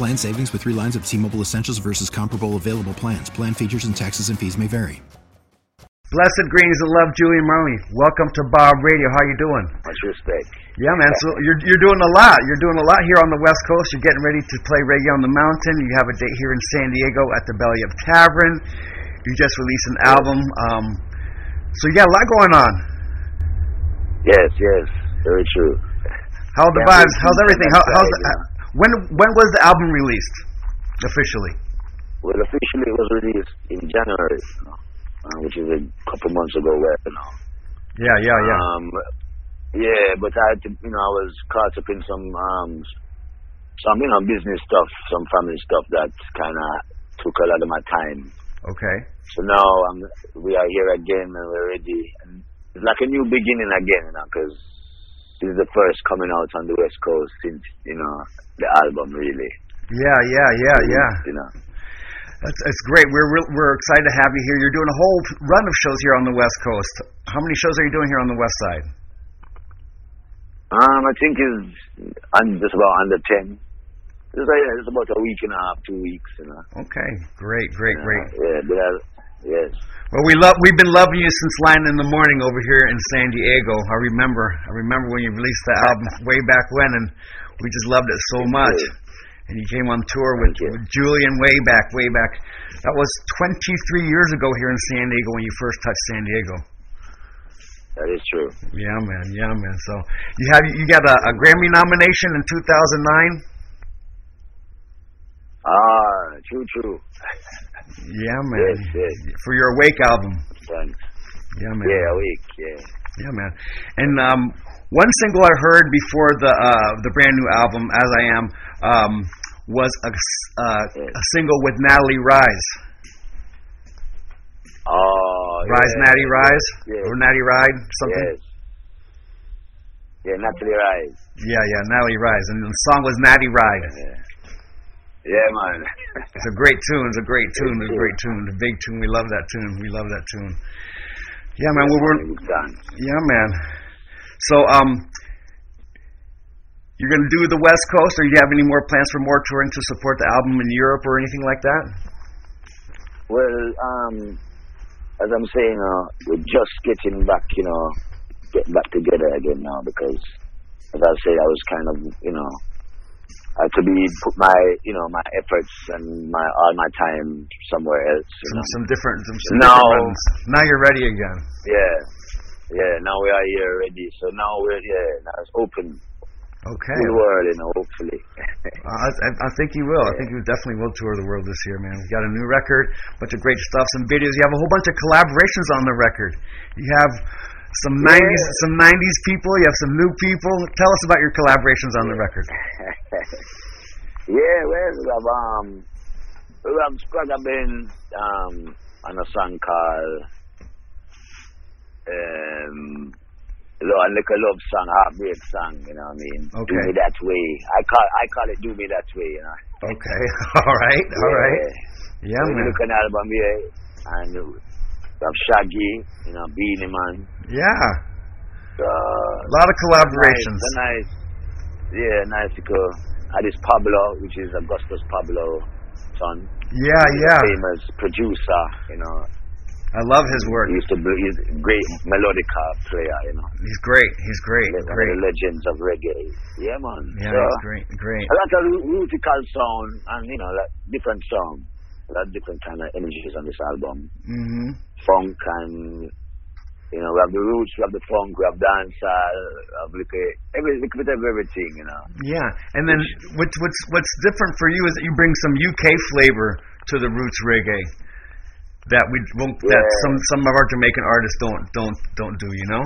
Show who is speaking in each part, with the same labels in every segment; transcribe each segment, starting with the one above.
Speaker 1: Plan savings with three lines of T Mobile Essentials versus comparable available plans. Plan features and taxes and fees may vary.
Speaker 2: Blessed greetings and love, Julie Murray. Welcome to Bob Radio. How you doing?
Speaker 3: Much respect.
Speaker 2: Yeah, man. So you're you're doing a lot. You're doing a lot here on the West Coast. You're getting ready to play reggae on the mountain. You have a date here in San Diego at the Belly of Tavern. You just released an album. Um, so you got a lot going on.
Speaker 3: Yes, yes, very true.
Speaker 2: How are the
Speaker 3: Yeah,
Speaker 2: vibes?
Speaker 3: we-
Speaker 2: How's
Speaker 3: we-
Speaker 2: everything? How, how's the, uh,
Speaker 3: yeah.
Speaker 2: when when was the album released officially?
Speaker 3: Well, officially it was released in January, you know, uh, which is a couple months ago, right, you know.
Speaker 2: Yeah, yeah, yeah.
Speaker 3: Um, yeah, but I, had to, you know, I was caught up in some, um, some, you know, business stuff, some family stuff that kind of took a lot of my time.
Speaker 2: Uh, okay.
Speaker 3: So now um, we are here again and we're ready. And it's like a new beginning again, you know, because this is the first coming out on the West Coast since, you know, the album really.
Speaker 2: Yeah, yeah, yeah, yeah.
Speaker 3: You know.
Speaker 2: That's, that's great. We're real- we're excited to have you here. You're doing a whole run of shows here on the West Coast. How many shows are you doing here on the West Side?
Speaker 3: Um, I think it's un- just about under 10. It's, like, yeah, it's about a week and a half, two weeks, you know.
Speaker 2: Okay, great, great, great.
Speaker 3: Yeah, but I, yes.
Speaker 2: Well, we love we've been loving you since Lion in the Morning over here in San Diego. I remember, I remember when you released the album way back when, and we just loved it so much. And you came on tour with,
Speaker 3: Thank you.
Speaker 2: with Julian way back, way back. That was 23 years ago here in San Diego when you first touched San Diego.
Speaker 3: That is true.
Speaker 2: Yeah, man. Yeah, man. So you have you got a, a Grammy nomination in 2009.
Speaker 3: Ah, true, true.
Speaker 2: Yeah, man.
Speaker 3: Yes, yes.
Speaker 2: For your Awake album.
Speaker 3: Thanks.
Speaker 2: Yeah, man.
Speaker 3: Yeah, a week, yeah.
Speaker 2: Yeah, man. And um, one single I heard before the uh, the brand new album, As I Am, um, was a, s- uh, a single with Natalie Rise.
Speaker 3: Oh,
Speaker 2: Rise,
Speaker 3: yeah.
Speaker 2: Natty Rise?
Speaker 3: Yes.
Speaker 2: Or Natty Ride? Something?
Speaker 3: Yes. Yeah, Natalie Rise.
Speaker 2: Yeah, yeah, Natalie Rise. And the song was Natty Ride.
Speaker 3: Yeah. Yeah, man.
Speaker 2: It's a great tune. It's a great tune. It's a
Speaker 3: tune.
Speaker 2: great tune. It's a big tune. We love that tune. We love that tune. Yeah, man. Well, we're,
Speaker 3: Good time.
Speaker 2: Yeah, man. So, um, you're gonna do the West Coast, or you have any more plans for more touring to support the album in Europe or anything like that?
Speaker 3: Well, um, as I'm saying, uh, we're just getting back, you know, get back together again now because, as I said, I was kind of, you know, I had to be put my, you know, my efforts and my all my time somewhere else. You
Speaker 2: Some,
Speaker 3: know?
Speaker 2: some different, some, some
Speaker 3: No.
Speaker 2: different runs. Now you're ready again.
Speaker 3: Yeah, yeah. Now we are here already, so now we're yeah, now it's open to
Speaker 2: Okay.
Speaker 3: the world, you know, hopefully.
Speaker 2: Uh, I, I I think you will. I think you definitely will tour the world this year, man. We got a new record, bunch of great stuff, some videos. You have a whole bunch of collaborations on the record. You have some
Speaker 3: Yeah.
Speaker 2: '90s, some '90s people. You have some new people. Tell us about your collaborations on the record.
Speaker 3: Yeah, well, we have um, we have Scragga Ben um on a song called um, lo- like a love song, heartbreak song. You know what I mean? Do
Speaker 2: Okay.
Speaker 3: me that way. I call I call it do me that way. You know.
Speaker 2: Okay. All right. All right. Yeah,
Speaker 3: Yeah. So you
Speaker 2: man.
Speaker 3: look at the album here, and we have Shaggy, you know, Beanie Man.
Speaker 2: Yeah.
Speaker 3: Uh,
Speaker 2: A lot of collaborations.
Speaker 3: Nice, a nice, yeah, nice to go. And it's Pablo, which is Augustus Pablo son.
Speaker 2: Yeah,
Speaker 3: He's a
Speaker 2: Ah, yeah.
Speaker 3: Famous producer, you know.
Speaker 2: I love his work.
Speaker 3: He used to be, he's a great melodic player, you know.
Speaker 2: He's great. He's great.
Speaker 3: Like One
Speaker 2: great.
Speaker 3: of the legends of reggae. Yeah, man.
Speaker 2: Yeah,
Speaker 3: so,
Speaker 2: he's great. Great.
Speaker 3: I like a ru- rootical sound and, you know, like different sound. A lot of different kind of energies on this album.
Speaker 2: Mhm.
Speaker 3: Funk and, you know, we have the roots, we have the funk, we have dancehall, we have little, every, little bit of everything, you know.
Speaker 2: Yeah. And then what's what's what's different for you is that you bring some UK flavor to the roots reggae that we won't, that
Speaker 3: Yeah.
Speaker 2: some some of our Jamaican artists don't don't don't do. You know.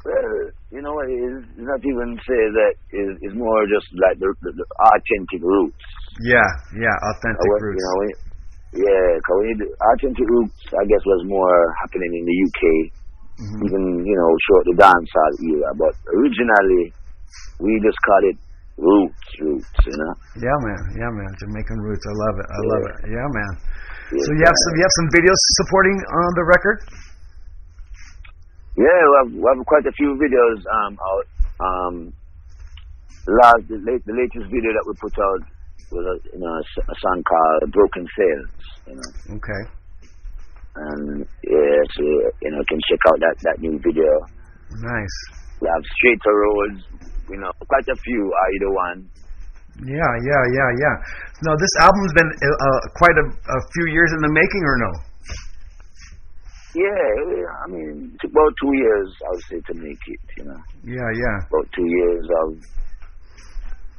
Speaker 3: Well, you know, it's it's not even say that. It's, it's more just like the, the, the authentic roots.
Speaker 2: Yeah. Yeah. Authentic
Speaker 3: I was-
Speaker 2: roots.
Speaker 3: You know, we- yeah, cause we need, authentic roots, I guess, was more happening in the UK,
Speaker 2: Mm-hmm.
Speaker 3: even, you know, short the dancehall era. But originally, we just called it roots, roots, you know.
Speaker 2: Yeah, man. Yeah, man. Jamaican roots. I love it. I love it. Yeah, man.
Speaker 3: Yeah,
Speaker 2: So you have some you have some videos supporting uh, the record.
Speaker 3: Yeah, we have, we have quite a few videos um, out. Um, last, the, late, the latest video that we put out was a, you know, a, s- a song called Broken Sails, you know.
Speaker 2: Okay.
Speaker 3: And yeah, so you know, you can check out that that new video.
Speaker 2: Nice.
Speaker 3: We have straight to roads, you know, quite a few are either one.
Speaker 2: Yeah, yeah, yeah, yeah. Now this album's been uh, uh, quite a, a few years in the making, or no?
Speaker 3: Yeah, yeah, I mean, it's about two years, I would say, to make it. You know,
Speaker 2: Yeah, yeah,
Speaker 3: about two years of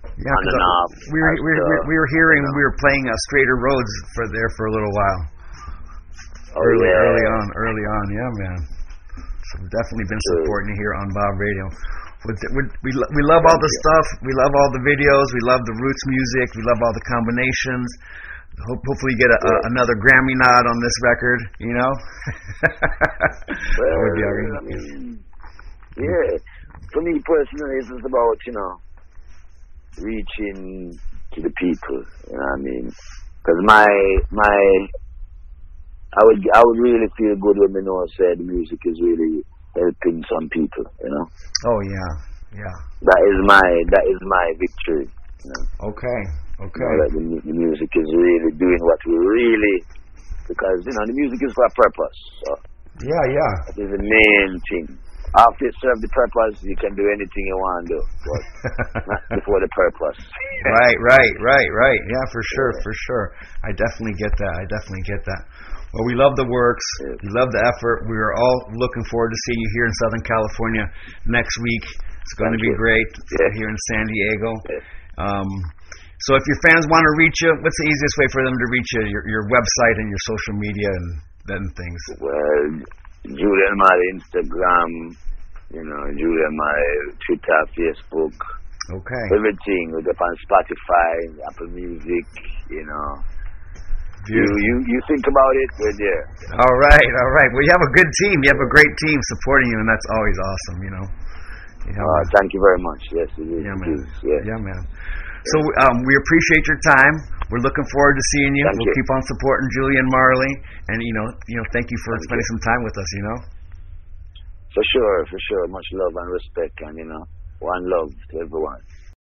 Speaker 2: yeah. 'cause,
Speaker 3: On and
Speaker 2: uh,
Speaker 3: off,
Speaker 2: We were
Speaker 3: as,
Speaker 2: we were,
Speaker 3: uh,
Speaker 2: we were hearing
Speaker 3: you know.
Speaker 2: we were playing uh, Straighter Roads for there for a little while.
Speaker 3: oh,
Speaker 2: early,
Speaker 3: yeah.
Speaker 2: early on, early on. Yeah, man. So we've definitely been
Speaker 3: Sure.
Speaker 2: supporting you here on Bob Radio. With the- with- We, lo- we love all the stuff. We love all the videos. We love the roots music. We love all the combinations. Hope, hopefully, you get a, a,
Speaker 3: Yeah.
Speaker 2: another Grammy nod on this record. You know, that would be all
Speaker 3: Well, I
Speaker 2: right.
Speaker 3: mean, yeah. For me personally, it's just about you know reaching to the people. You know what I mean? Because my my I would I would really feel good when you know I said music is really helping some people. You know
Speaker 2: Oh yeah, yeah.
Speaker 3: that is my that is my victory.
Speaker 2: Okay,
Speaker 3: You know,
Speaker 2: okay.
Speaker 3: that the, mu- the music is really doing what we really because you know the music is for a purpose. So
Speaker 2: Yeah, yeah.
Speaker 3: is the main thing. After it serves the purpose, you can do anything you want to do. But not before the purpose.
Speaker 2: right, right, right, right. Yeah, for sure, for sure. I definitely get that. I definitely get that. Well, we love the works.
Speaker 3: Yeah.
Speaker 2: We love the effort. We are all looking forward to seeing you here in Southern California next week. It's going to
Speaker 3: Thank
Speaker 2: be
Speaker 3: you.
Speaker 2: great
Speaker 3: Yeah.
Speaker 2: here in San Diego.
Speaker 3: Yeah.
Speaker 2: Um, so, if your fans want to reach you, what's the easiest way for them to reach you? Your, your website and your social media and then things.
Speaker 3: Well, Julian my Instagram, you know, Julian my Twitter, Facebook,
Speaker 2: Okay.
Speaker 3: everything. We're up on Spotify, Apple Music, you know. You
Speaker 2: Beautiful.
Speaker 3: you, you think about it, we're there.
Speaker 2: All right, all right. Well, you have a good team. You have a great team supporting you, and that's always awesome. You know. You know,
Speaker 3: Uh, thank you very much. Yes, it is.
Speaker 2: Yeah,
Speaker 3: it
Speaker 2: man.
Speaker 3: is, yes.
Speaker 2: Yeah, man. So um, we appreciate your time. We're looking forward to seeing you.
Speaker 3: Thank
Speaker 2: we'll
Speaker 3: you.
Speaker 2: keep on supporting Julian Marley, and you know, you know, thank you for spending some time with us. You know,
Speaker 3: For sure, for sure. Much love and respect and you know, one love to everyone.